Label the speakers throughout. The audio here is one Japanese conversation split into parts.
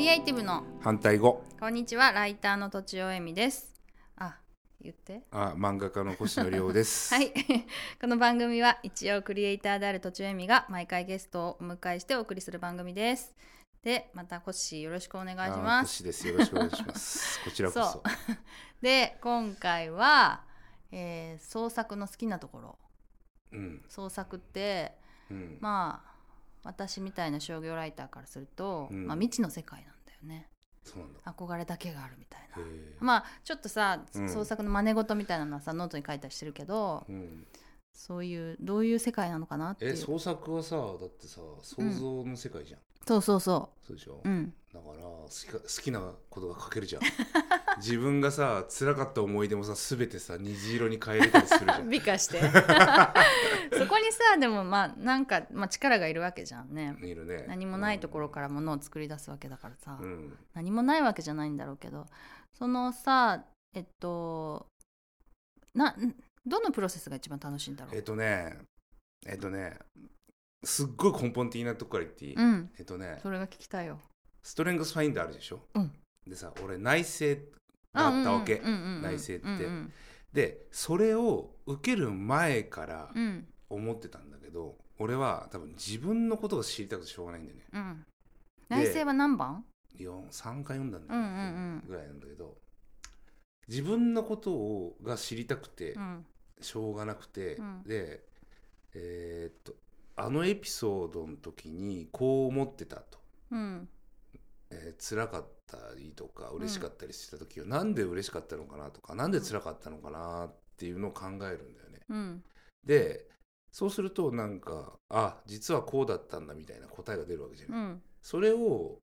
Speaker 1: イティブの
Speaker 2: 反対語
Speaker 1: こんにちはライターのとちおえみですあ言って
Speaker 2: あ漫画家の星野亮です
Speaker 1: はい この番組は一応クリエイターであるとちおえみが毎回ゲストをお迎えしてお送りする番組ですでまたコッシーよろしくお願い
Speaker 2: あ
Speaker 1: します
Speaker 2: 星ですよろしくお願いします こちらこそ
Speaker 1: そうで今回は、えー創作の好きなところ
Speaker 2: うん
Speaker 1: 創作って
Speaker 2: うん、
Speaker 1: まあ私みたいな商業ライターからすると、
Speaker 2: うん
Speaker 1: まあ、未知の世界なんだよね
Speaker 2: そうなんだ
Speaker 1: 憧れだけがあるみたい
Speaker 2: へ
Speaker 1: な
Speaker 2: え
Speaker 1: まあちょっとさ、
Speaker 2: うん
Speaker 1: 創作の真似事みたいなのはさノートに書いたりしてるけど
Speaker 2: うん、
Speaker 1: そういうどういう世界なのかなってい
Speaker 2: え
Speaker 1: うそう
Speaker 2: 創作はさだってさ想像の世界じゃん、
Speaker 1: そうそうそ
Speaker 2: そうでしょ、
Speaker 1: ううん
Speaker 2: だから好きか好きなことが書けるじゃん 自分がさ辛かった思い出もさ全てさ虹色に変えれたりするじ ゃん
Speaker 1: 美化して そこにさでもまあなんか、まあ、力がいるわけじゃんね
Speaker 2: いるね
Speaker 1: 何もないところからものを作り出すわけだからさ、
Speaker 2: うん、
Speaker 1: 何もないわけじゃないんだろうけどそのさえっとなんどのプロセスが一番楽しいんだろ
Speaker 2: えっ
Speaker 1: う、
Speaker 2: とねえっとねすっごい根本的なとこから言っていい、
Speaker 1: うん
Speaker 2: えっとね
Speaker 1: それが聞きたいよ
Speaker 2: ストレングスファインダーあるでしょ、
Speaker 1: うん
Speaker 2: でさ俺内政があったわけ、内
Speaker 1: 内
Speaker 2: 政って
Speaker 1: うん
Speaker 2: でそれを受ける前から
Speaker 1: うんうん
Speaker 2: 思ってたんだけど、俺は多分自分のことが知りたくてしょうがないんだよね
Speaker 1: うんうん内政は何番
Speaker 2: 4 3回読んだんだ
Speaker 1: うんうんうん
Speaker 2: ぐらいなんだけど自分のことをが知りたくて
Speaker 1: うん
Speaker 2: しょうがなくて、
Speaker 1: うん
Speaker 2: でえーっとあのエピソードの時にこう思ってたと
Speaker 1: うん
Speaker 2: えー辛かったりとか嬉しかったりした時は、なんで嬉しかったのかなとかなんで辛かったのかなっていうのを考えるんだよね。
Speaker 1: うん
Speaker 2: でそうするとなんかあ実はこうだったんだみたいな答えが出るわけじゃ
Speaker 1: う
Speaker 2: ない、
Speaker 1: ん
Speaker 2: それを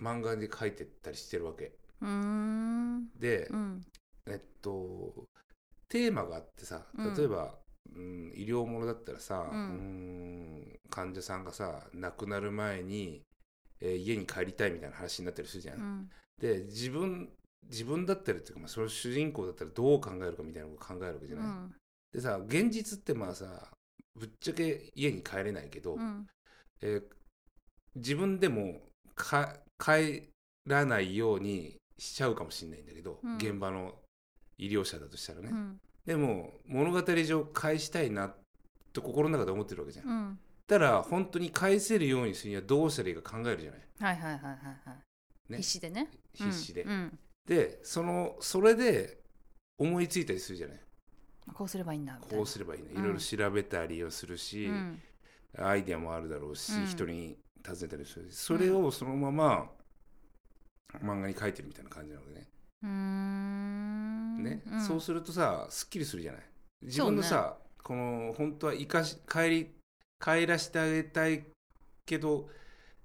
Speaker 2: 漫画で書いてったりしてるわけ
Speaker 1: うーん
Speaker 2: で、
Speaker 1: うん
Speaker 2: えっとテーマがあってさ
Speaker 1: うん
Speaker 2: 例えば、うん医療ものだったらさ、
Speaker 1: うん
Speaker 2: うーん患者さんがさ亡くなる前に、えー家に帰りたいみたいな話になったりするじゃ
Speaker 1: う、
Speaker 2: ん
Speaker 1: ん
Speaker 2: で自分自分だったりっていうか、まあ、その主人公だったらどう考えるかみたいなことを考えるわけじゃ
Speaker 1: う
Speaker 2: ない、
Speaker 1: ん
Speaker 2: でさ現実ってまあさぶっちゃけ家に帰れないけど、
Speaker 1: うん
Speaker 2: えー自分でもか帰らないようにしちゃうかもしれないんだけど、
Speaker 1: うん
Speaker 2: 現場の医療者だとしたらね、
Speaker 1: うん
Speaker 2: でも物語上返したいなと心の中で思ってるわけじゃん、
Speaker 1: うん
Speaker 2: たら本当に返せるようにするにはどうしたらいいか考えるじゃない
Speaker 1: はいはいはいはいはい
Speaker 2: ね
Speaker 1: 必死でね
Speaker 2: 必死で、
Speaker 1: うんうん
Speaker 2: でそのそれで思いついたりするじゃない
Speaker 1: こうすればいいんだみたい
Speaker 2: こ
Speaker 1: な
Speaker 2: うすればいいね
Speaker 1: うん
Speaker 2: いろいろ調べたりをするし、
Speaker 1: うん
Speaker 2: アイデアもあるだろうし、
Speaker 1: うん
Speaker 2: 人に尋ねたりするしそれをそのまま漫画に描いてるみたいな感じなのでね,、
Speaker 1: うーん
Speaker 2: ね
Speaker 1: ん
Speaker 2: そうするとさすっきりするじゃない自分のさ、この本当は生かし帰り帰らせてあげたいけど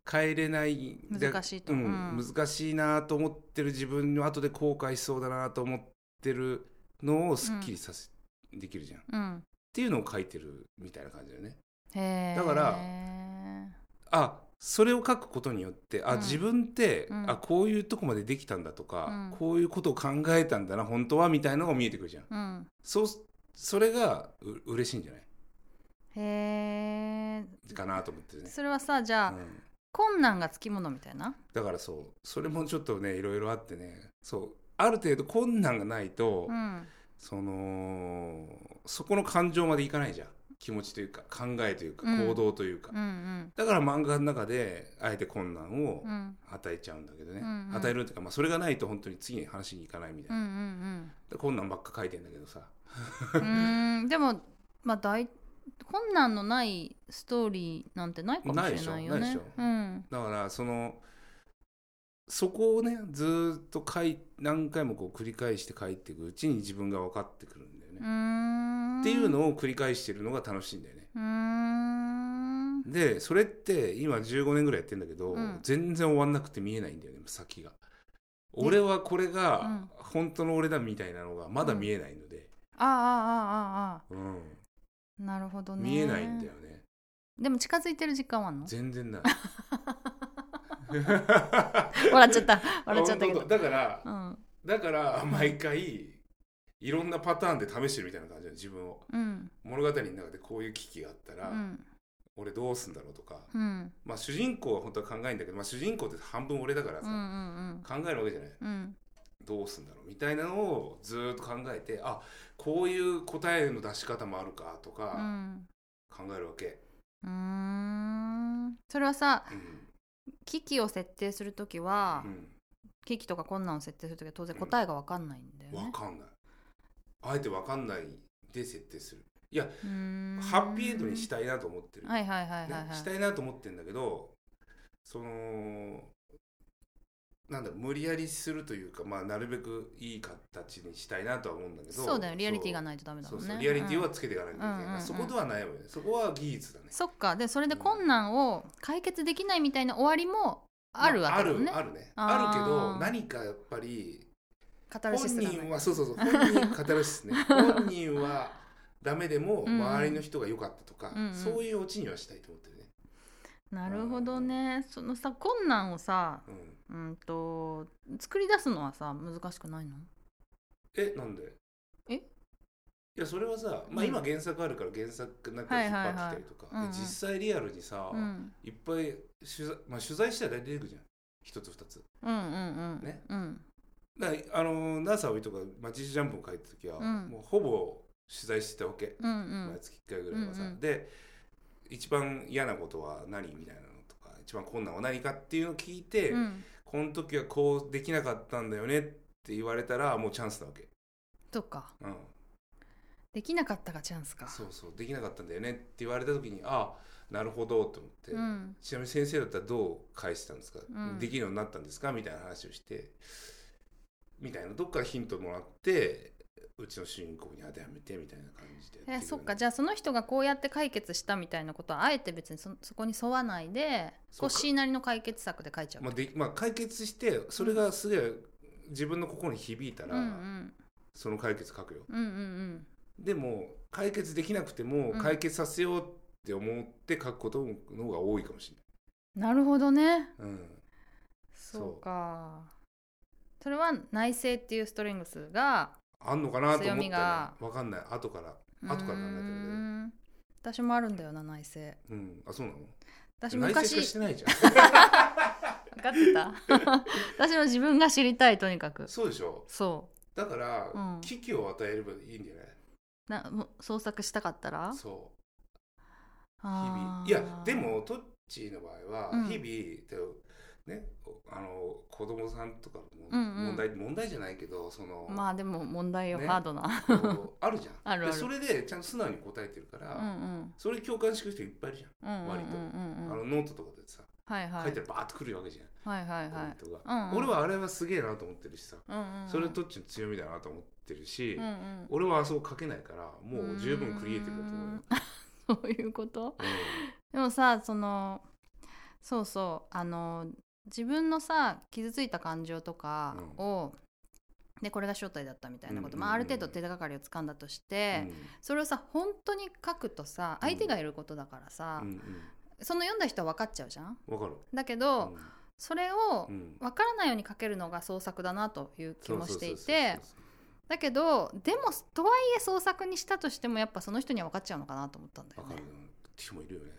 Speaker 2: 帰れないだ
Speaker 1: 難しいと
Speaker 2: うん
Speaker 1: うん
Speaker 2: 難しいなと思ってる自分の後で後悔しそうだなと思ってるのをすっきりさせ、できるじゃんっ
Speaker 1: うん
Speaker 2: ていうのを書いてるみたいな感じだよね
Speaker 1: へー
Speaker 2: だからあそれを書くことによってあ、
Speaker 1: うん
Speaker 2: 自分って、
Speaker 1: うん
Speaker 2: あこういうとこまでできたんだとか、
Speaker 1: うん
Speaker 2: こういうことを考えたんだな本当はみたいなのが見えてくるじゃん
Speaker 1: うん
Speaker 2: そうそれがう嬉しいんじゃない
Speaker 1: へ
Speaker 2: かなと思ってる
Speaker 1: え
Speaker 2: ね、
Speaker 1: それはさじゃあ、
Speaker 2: うん、
Speaker 1: 困難がつきものみたいな
Speaker 2: だからそうそれもちょっとねいろいろあってねそうある程度困難がないと、
Speaker 1: うん
Speaker 2: そのそこの感情までいかないじゃん気持ちというか考えというか
Speaker 1: うん
Speaker 2: 行動というか、
Speaker 1: うん
Speaker 2: だから漫画の中であえて困難を
Speaker 1: うんうん
Speaker 2: 与えちゃうんだけどね、
Speaker 1: うんうん
Speaker 2: 与えるっていうか、まあ、それがないと本当に次に話に行かないみたい
Speaker 1: うんう
Speaker 2: な、
Speaker 1: ん
Speaker 2: で困難ばっか書いてんだけどさ
Speaker 1: うんうーんでもまあ大困難のないストーリーなんてないかもしれないよね
Speaker 2: ないでしょ
Speaker 1: うん
Speaker 2: だからそのそこをねずーっと書い何回もこう繰り返して書いていくうちに自分が分かってくるんだよね
Speaker 1: う、ーん
Speaker 2: っていう
Speaker 1: う
Speaker 2: のを繰り返してるのが楽しいんだよね
Speaker 1: ーん
Speaker 2: でそれって今15年ぐらいやってんだけど、
Speaker 1: うん
Speaker 2: 全然終わんなくて見えないんだよね先が俺はこれが本当の俺だみたいなのがまだ見えないので、
Speaker 1: あああああああ
Speaker 2: う
Speaker 1: あ
Speaker 2: ん
Speaker 1: なるほどね
Speaker 2: 見えないんだよね
Speaker 1: でも近づいてる時間はあんの
Speaker 2: 全然ない
Speaker 1: 笑っちゃった笑っちゃったけ
Speaker 2: あ本当
Speaker 1: ど
Speaker 2: だから
Speaker 1: うん
Speaker 2: だから毎回いろんなパターンで試してるみたいな感じで自分を
Speaker 1: うん
Speaker 2: 物語の中でこういう危機があったら、
Speaker 1: うん
Speaker 2: 俺どうすんだろうとか、
Speaker 1: うん
Speaker 2: まあ、主人公は本当は考えんだけど、まあ、主人公って半分俺だから
Speaker 1: う
Speaker 2: さ、
Speaker 1: んうん
Speaker 2: 考えるわけじゃない
Speaker 1: うんうん
Speaker 2: どうすんだろうみたいなのをずーっと考えてあこういう答えの出し方もあるかと
Speaker 1: う
Speaker 2: か
Speaker 1: ん
Speaker 2: 考えるわけ、
Speaker 1: うーんそれはさ
Speaker 2: うん
Speaker 1: 機器を設定するときは、
Speaker 2: う
Speaker 1: 機器とか困難を設定するときは当然答えが分かんないんだよ
Speaker 2: ん、分
Speaker 1: ね。
Speaker 2: かんないあえて分かんないで設定するいや
Speaker 1: うーん
Speaker 2: ハッピーエンドにしたいなと思ってる、
Speaker 1: はいはいはいはい、
Speaker 2: ね
Speaker 1: は
Speaker 2: し
Speaker 1: い。
Speaker 2: たいなと思ってんだけどそのなんだろう無理やりするというか、まあ、なるべくいい形にしたいなとは思うんだけど
Speaker 1: そうだよリアリティが
Speaker 2: ない
Speaker 1: ないとダメだ
Speaker 2: そ
Speaker 1: も
Speaker 2: うんそう
Speaker 1: ね。
Speaker 2: リアリティ
Speaker 1: うん
Speaker 2: はつけていかなきゃいけないから、
Speaker 1: うんうんうん
Speaker 2: そこではないわよねそこは技術だね
Speaker 1: そっかでそれで困難を解決できないみたいな終わりもあるわけだもんね。
Speaker 2: まああるあるね
Speaker 1: あ
Speaker 2: あ
Speaker 1: ー
Speaker 2: るけど何かやっぱり
Speaker 1: カタル
Speaker 2: 本
Speaker 1: シスがない
Speaker 2: 人はそうそうそう本人語る ですね本人はダメでも
Speaker 1: うん
Speaker 2: 周りの人が良かったとか、
Speaker 1: うんうん
Speaker 2: そういうオチにはしたいと思ってるね、
Speaker 1: なるほどね。そのさ困難をさ
Speaker 2: うん、
Speaker 1: うんと作り出すのはさ難しくないの？
Speaker 2: えなんで
Speaker 1: え
Speaker 2: いやそれはさ、まあ、
Speaker 1: うん
Speaker 2: 今原作あるから原作なんか引っ張ってきたりとか、
Speaker 1: はいはいはいうんうん
Speaker 2: で実際リアルにさ、
Speaker 1: うん
Speaker 2: いっぱい取材,、まあ、取材したら大体出てくるじゃん一つ二つ
Speaker 1: うんうんうん。
Speaker 2: ね
Speaker 1: うん
Speaker 2: だからあの NASA 帯とか町ジャンプを書いた時は、
Speaker 1: うん
Speaker 2: もうほぼ取材してたわけ、
Speaker 1: うんうん
Speaker 2: 毎。月1回ぐらいはさ、
Speaker 1: うんうん
Speaker 2: で一番嫌なことは何みたいなのとか一番困難は何かっていうのを聞いて、
Speaker 1: うん
Speaker 2: この時はこうできなかったんだよねって言われたらもうチャンスなわけ、
Speaker 1: そっか
Speaker 2: うん、
Speaker 1: できなかったがチャンスか。
Speaker 2: そうそうできなかったんだよねって言われた時にああなるほどと思って、
Speaker 1: うん
Speaker 2: ちなみに先生だったらどう返してたんですか、
Speaker 1: うん
Speaker 2: できるようになったんですかみたいな話をしてみたいなどっからヒントもらってうちの主人公に当てはめてみたいな感じでやていくよ
Speaker 1: え
Speaker 2: ね
Speaker 1: そっかじゃあその人がこうやって解決したみたいなことはあえて別にそそこに沿わないで
Speaker 2: そ
Speaker 1: コ
Speaker 2: う
Speaker 1: ッ
Speaker 2: か
Speaker 1: シーなりの解決策で書いちゃう
Speaker 2: まあでまあ、解決してそれがすげえ自分の心に響いたら、
Speaker 1: うんうん
Speaker 2: その解決書くよ
Speaker 1: うんうん
Speaker 2: でも解決できなくても
Speaker 1: うん
Speaker 2: 解決させようって思って書くことの方が多いかもし
Speaker 1: うんなるほどね
Speaker 2: れない、うん、
Speaker 1: そううかそれは内省っていうストレングスが
Speaker 2: あんのかなと思
Speaker 1: 強み
Speaker 2: っ
Speaker 1: が
Speaker 2: たねわかんない後から
Speaker 1: あ
Speaker 2: 後から考えたけど
Speaker 1: 私もあるんだよな内省
Speaker 2: うんあそうなの
Speaker 1: 私
Speaker 2: 内省化し
Speaker 1: 昔
Speaker 2: てないじ ゃ
Speaker 1: 分かってた 私も自分が知りたいとにかく
Speaker 2: んそうでしょ
Speaker 1: そ
Speaker 2: だから、
Speaker 1: うん
Speaker 2: 危機を与えればいいんじゃないう
Speaker 1: なもう創作したかったら
Speaker 2: そう
Speaker 1: あー
Speaker 2: 日々いやでもトッチーの場合は
Speaker 1: うん
Speaker 2: 日々、でねおあの子供さんとかも
Speaker 1: うんうん
Speaker 2: 問題、問題じゃないけどその、
Speaker 1: まあでも問題よ、
Speaker 2: ね
Speaker 1: ハードな
Speaker 2: こうあるじゃん
Speaker 1: あるある
Speaker 2: でそれでちゃんと素直に答えてるから、
Speaker 1: うんうん
Speaker 2: それに共感してくる人いっぱいいるじゃ
Speaker 1: うんうん
Speaker 2: 割と
Speaker 1: うんう
Speaker 2: ん、
Speaker 1: ん
Speaker 2: あ
Speaker 1: うん
Speaker 2: のノートとかでさ
Speaker 1: はいはい
Speaker 2: 書いたらバーッとくるわけじゃん、
Speaker 1: はいはいはい
Speaker 2: コメント
Speaker 1: うん
Speaker 2: が、
Speaker 1: うん
Speaker 2: 俺はあれはすげえなと思ってるしさ、
Speaker 1: うんうん
Speaker 2: それはトッチーの強みだなと思ってるし、
Speaker 1: うんうん
Speaker 2: 俺はあそこ書けないからもう十分クリエイティブだと思うよ、
Speaker 1: そういうこと
Speaker 2: うん
Speaker 1: でもさそのそうそうあの自分のさ傷ついた感情とかを、でこれが正体だったみたいなこと、
Speaker 2: うんうんうん
Speaker 1: まあ、ある程度手がかりをつかんだとして、
Speaker 2: うん
Speaker 1: それをさ本当に書くとさ相手がいることだからさ、
Speaker 2: うん
Speaker 1: その読んだ人は分かっちゃうじゃん
Speaker 2: うん、わかる、
Speaker 1: だけど、それを
Speaker 2: うんうん
Speaker 1: 分からないように書けるのが創作だなという気もしていて
Speaker 2: そうそうそうそう
Speaker 1: だけどでもとはいえ創作にしたとしてもやっぱその人には分かっちゃうのかなと思ったんだよ
Speaker 2: わか
Speaker 1: ね
Speaker 2: る人もいるよね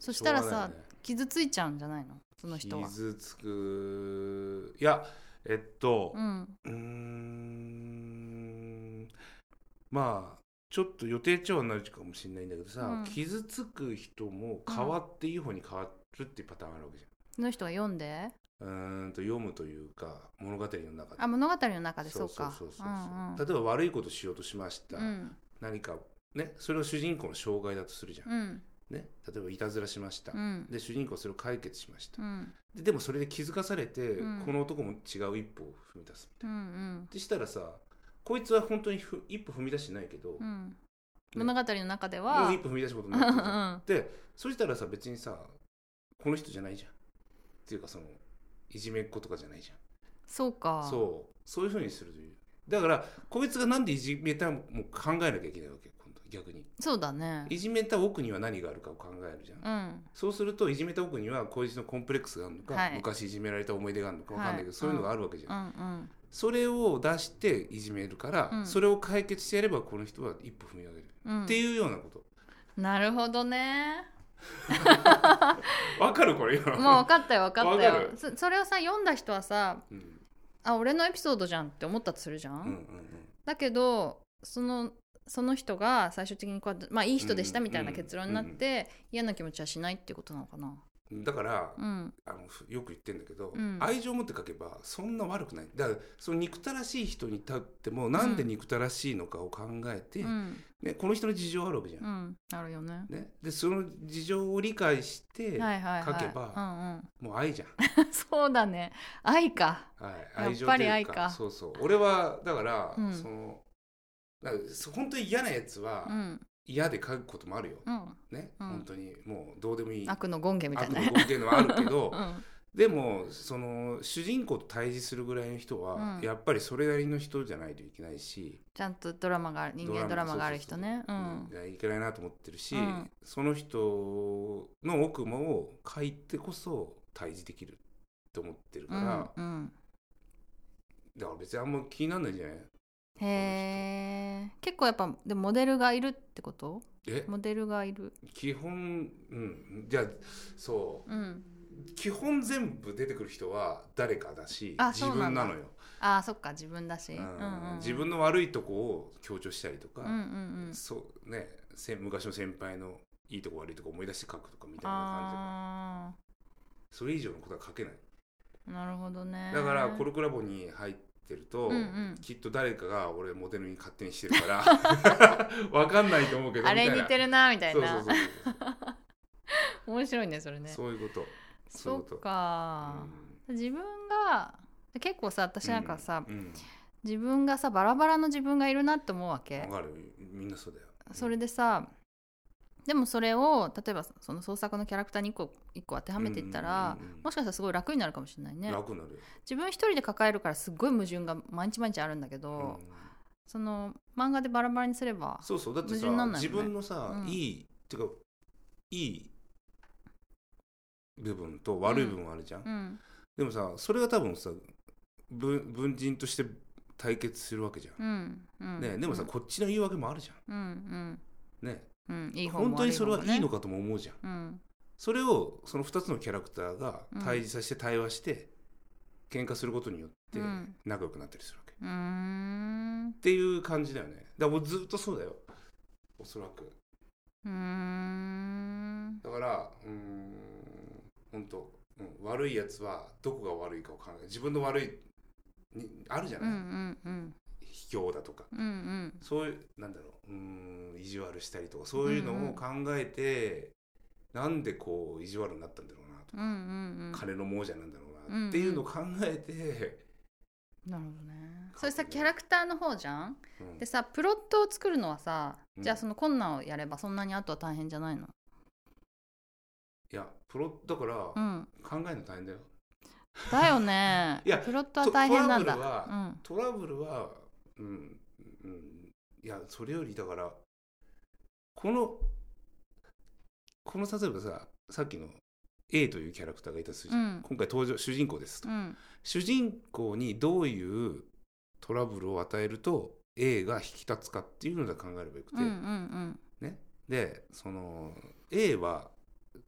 Speaker 1: そしたらさ
Speaker 2: しょうがないよね
Speaker 1: 傷ついちゃうんじゃないのその人は。
Speaker 2: 傷つくいやえっと
Speaker 1: うん
Speaker 2: うーんまあちょっと予定調和になるかもしれないんだけどさ、
Speaker 1: うん
Speaker 2: 傷つく人も変わっていい方に変わるっていうパターンあるわけじ
Speaker 1: その人が読んで
Speaker 2: ゃん。うーんと読むというか物語の中で
Speaker 1: あ物語の中で
Speaker 2: そ
Speaker 1: そうう
Speaker 2: そう
Speaker 1: か
Speaker 2: そうそうそう
Speaker 1: うんうん
Speaker 2: 例えば悪いことしようとしました、
Speaker 1: うん
Speaker 2: 何かねそれを主人公の障害だとするじゃん、
Speaker 1: うん
Speaker 2: ね、例えばいたずらしました、
Speaker 1: うん
Speaker 2: で主人公はそれを解決しました
Speaker 1: う、ん
Speaker 2: ででもそれで気づかされて、
Speaker 1: うん
Speaker 2: この男も違う一歩を踏み出すみたいな
Speaker 1: うんうん
Speaker 2: でしたらさこいつは本当にふ一歩踏み出してないけど、
Speaker 1: う
Speaker 2: も
Speaker 1: ん物語の中では
Speaker 2: う一歩踏み出したこと
Speaker 1: う
Speaker 2: に
Speaker 1: ん
Speaker 2: な
Speaker 1: う
Speaker 2: ってる
Speaker 1: ん
Speaker 2: じゃんでそしたらさ別にさこの人じゃないじゃんっていうかそのいじめっ子とかじゃないじ
Speaker 1: そう
Speaker 2: ゃ
Speaker 1: か
Speaker 2: んそうそういうふうにするというだからこいつがなんでいじめたも考えなきゃいけないわけ今度逆に
Speaker 1: そうだね
Speaker 2: いじめた奥には何があるかを考えるじゃん、
Speaker 1: うん
Speaker 2: そうするといじめた奥にはこいつのコンプレックスがあるのか、
Speaker 1: はい
Speaker 2: 昔いじめられた思い出があるのかわかんないけど、
Speaker 1: はい
Speaker 2: そういうのがあるわけじゃん
Speaker 1: うんうん
Speaker 2: それを出していじめるから、
Speaker 1: うん
Speaker 2: それを解決してやればこの人は一歩踏み上げる、
Speaker 1: うん
Speaker 2: っていうようなこと
Speaker 1: なるほどね
Speaker 2: わかるこれ
Speaker 1: も
Speaker 2: 今
Speaker 1: う分かったよ分かった
Speaker 2: わか
Speaker 1: よ
Speaker 2: る
Speaker 1: そそれをさ読んだ人はさ
Speaker 2: うん
Speaker 1: あ俺のエピソードじゃんって思ったとするじゃ、
Speaker 2: うんんうん
Speaker 1: だけどそのその人が最終的にこうやってまあいい人でしたみたいな結論になって、嫌な気持ちはしないっていうことなのかな
Speaker 2: うんだから
Speaker 1: うん
Speaker 2: あのふよく言ってんだけど、
Speaker 1: うん
Speaker 2: 愛情を持って書けばそんな悪くないだからその憎たらしい人に立ってもなんで憎たらしいのかを考えて、
Speaker 1: うん
Speaker 2: ね、この人の事情あるわけじゃん
Speaker 1: う、んあるよね
Speaker 2: ね、でその事情を理解して、
Speaker 1: はいはいはい
Speaker 2: 書けば
Speaker 1: うん
Speaker 2: もう愛じゃん
Speaker 1: うん、 そうだね愛か
Speaker 2: はい、愛情
Speaker 1: やっぱ
Speaker 2: とい
Speaker 1: り
Speaker 2: う
Speaker 1: 愛
Speaker 2: か
Speaker 1: か
Speaker 2: そうそう俺はだから、
Speaker 1: うん
Speaker 2: そのだからそ本当に嫌なやつは
Speaker 1: うん
Speaker 2: 嫌で書くこともあるよ、
Speaker 1: うん
Speaker 2: ね、
Speaker 1: うん
Speaker 2: 本当にもうどうでもいい
Speaker 1: 悪の権限みたい
Speaker 2: 悪
Speaker 1: な
Speaker 2: のっていうのはあるけど、
Speaker 1: うん
Speaker 2: でもその主人公と対峙するぐらいの人は、
Speaker 1: うん
Speaker 2: やっぱりそれなりの人じゃないといけないし
Speaker 1: ちゃんとドラマがある人間ドラマがある人ね
Speaker 2: そううそうんそううんいやいけないなと思ってるし、
Speaker 1: うん
Speaker 2: その人の奥もを書いてこそ対峙できると思ってる
Speaker 1: う
Speaker 2: から、
Speaker 1: んうん
Speaker 2: だから別にあんま気になんないんじゃない
Speaker 1: へえ結構やっぱでもモデルがいるってこと
Speaker 2: え
Speaker 1: モデルがいる
Speaker 2: 基本うんじゃあそ
Speaker 1: うん
Speaker 2: う基本全部出てくる人は誰かだし
Speaker 1: あ
Speaker 2: 自
Speaker 1: そうな
Speaker 2: 分
Speaker 1: んだ
Speaker 2: なのよ
Speaker 1: あーそっか自分だし、う
Speaker 2: う
Speaker 1: んうんうん
Speaker 2: ん自分の悪いとこを強調したりとか、
Speaker 1: うんうんうん
Speaker 2: そうねせ昔の先輩のいいとこ悪いとこ思い出して書くとかみたいな感
Speaker 1: あ
Speaker 2: じそれ以上のことは書けない
Speaker 1: ーなるほどね
Speaker 2: だからコルクラボに入ってると、
Speaker 1: うんうん
Speaker 2: きっと誰かが俺モデルに勝手にしてる からわかんないと思うけど
Speaker 1: あれ
Speaker 2: みたい
Speaker 1: 似
Speaker 2: な
Speaker 1: てるなみたいな
Speaker 2: そうそうそうそう
Speaker 1: 面白いねそれね
Speaker 2: そういうこと、そういう
Speaker 1: そ
Speaker 2: こと
Speaker 1: っか、自分が結構さ私なんかさ、
Speaker 2: うんうん
Speaker 1: 自分がさバラバラの自分がいるなって思うわけ、
Speaker 2: わかるみんなそうだよ
Speaker 1: それでさでもそれを例えばその創作のキャラクターに一個一個当てはめていったら、
Speaker 2: うんうんうんうん
Speaker 1: もしかしたらすごい楽になるかもしれないね
Speaker 2: 楽になるよ
Speaker 1: 自分一人で抱えるからすっごい矛盾が毎日毎日あるんだけど、
Speaker 2: うん
Speaker 1: その漫画でバラバラにすれば
Speaker 2: そうそうだって
Speaker 1: 矛
Speaker 2: さ、
Speaker 1: 盾なんない
Speaker 2: 自
Speaker 1: よね
Speaker 2: 分のさ、
Speaker 1: うん
Speaker 2: いいっていうかいい部分と悪い部分はあるじゃん、
Speaker 1: うん
Speaker 2: でもさそれが多分さ文文人として対決するわけじゃん、
Speaker 1: うんうん
Speaker 2: ね、でもさ、こっちの言い訳もあるじゃ
Speaker 1: うんうん
Speaker 2: んね
Speaker 1: うんいい方も
Speaker 2: 本当にそれはいいの
Speaker 1: か
Speaker 2: かとも思うじゃ
Speaker 1: う
Speaker 2: ん
Speaker 1: ん
Speaker 2: それをその2つのキャラクターが対峙させて対話して、喧嘩することによって
Speaker 1: うん
Speaker 2: 仲良くなったりするわけ、
Speaker 1: うーん
Speaker 2: っていう感じだよねだからもうずっとそうだよおそらく
Speaker 1: うーん
Speaker 2: だからうーん本当、うん、悪いやつはどこが悪いかを考え自分の悪いにあるじゃ
Speaker 1: う
Speaker 2: ない、
Speaker 1: んうんうん
Speaker 2: 卑怯だとか
Speaker 1: うんうん
Speaker 2: そういうなんだろううーん意地悪したりとかそういうのを考えて、なんでこう意地悪になったんだろうなと
Speaker 1: うんうんうん
Speaker 2: か、金の亡者なんだろうな、
Speaker 1: うんうん
Speaker 2: っていうのを考えて、
Speaker 1: なるほどねそれさキャラクターの方じゃん
Speaker 2: うん
Speaker 1: でさプロットを作るのはさ、
Speaker 2: うん
Speaker 1: じゃあその困難をやればそんなにあとは大変じゃないの
Speaker 2: いやプロだから考
Speaker 1: うん
Speaker 2: えるの大変だよ、
Speaker 1: だよね
Speaker 2: いや
Speaker 1: プロットは大変なんだ
Speaker 2: トトラブル
Speaker 1: うん
Speaker 2: トラブルはうんうんいやそれよりだからこのこの例えばささっきの A というキャラクターがいたとするじゃん
Speaker 1: うん
Speaker 2: 今回登場主人公ですと、
Speaker 1: うん
Speaker 2: 主人公にどういうトラブルを与えると A が引き立つかっていうので考えればよくて、
Speaker 1: うんうんうん
Speaker 2: でその A は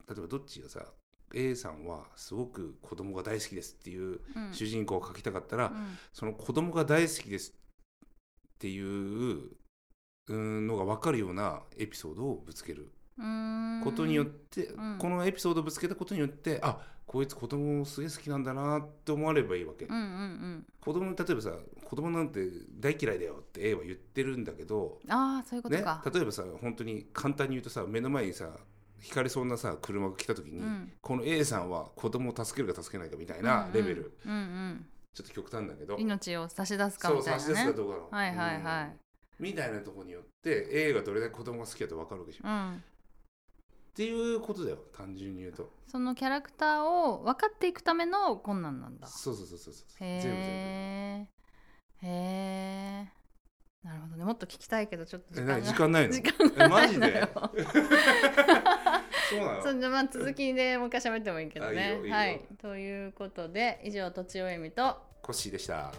Speaker 2: 例えばどっちがさ A さんはすごく子供が大好きですっていう
Speaker 1: うん
Speaker 2: 主人公を描きたかったら、
Speaker 1: うん
Speaker 2: その子供が大好きですっていううんのが分かるようなエピソードをぶつける
Speaker 1: うーん
Speaker 2: ことによって、
Speaker 1: うん
Speaker 2: このエピソードをぶつけたことによってあこいつ子供すげえ好きなんだなって思わればいいわけ、
Speaker 1: うんうん
Speaker 2: 子供例えばさ子供なんて大嫌いだよって A は言ってるんだけど、
Speaker 1: うんああそういうこと
Speaker 2: ね
Speaker 1: か、、
Speaker 2: 例えばさ本当に簡単に言うとさ目の前にさひかれそうなさ車が来た時に、
Speaker 1: うん
Speaker 2: この A さんは子供を助けるか助けないかみたいなレベル、
Speaker 1: うんうん
Speaker 2: ちょっと極端だけど
Speaker 1: 命を差し出すか
Speaker 2: そ
Speaker 1: み
Speaker 2: う
Speaker 1: た
Speaker 2: 差
Speaker 1: い
Speaker 2: し出
Speaker 1: な
Speaker 2: すか
Speaker 1: ね
Speaker 2: どうかの、
Speaker 1: はいはいはい
Speaker 2: うんみたいなとこによって A がどれだけ子供が好きだと分かるわけじゃんっ
Speaker 1: うん
Speaker 2: ていうことだよ単純に言うと
Speaker 1: そのキャラクターを分かっていくための困難なんだ
Speaker 2: そうそうそうそうそう全部全部
Speaker 1: へえへえなるほどねもっと聞きたいけどちょっと時
Speaker 2: え
Speaker 1: 間が
Speaker 2: 何時間ないの
Speaker 1: 時間がないのよ
Speaker 2: えマそうな の
Speaker 1: そうじゃあまあ続きでもう一回喋ってもいいけど
Speaker 2: あいい
Speaker 1: ね
Speaker 2: よいいよ
Speaker 1: はいということで以上とちおえみと
Speaker 2: コッシーでした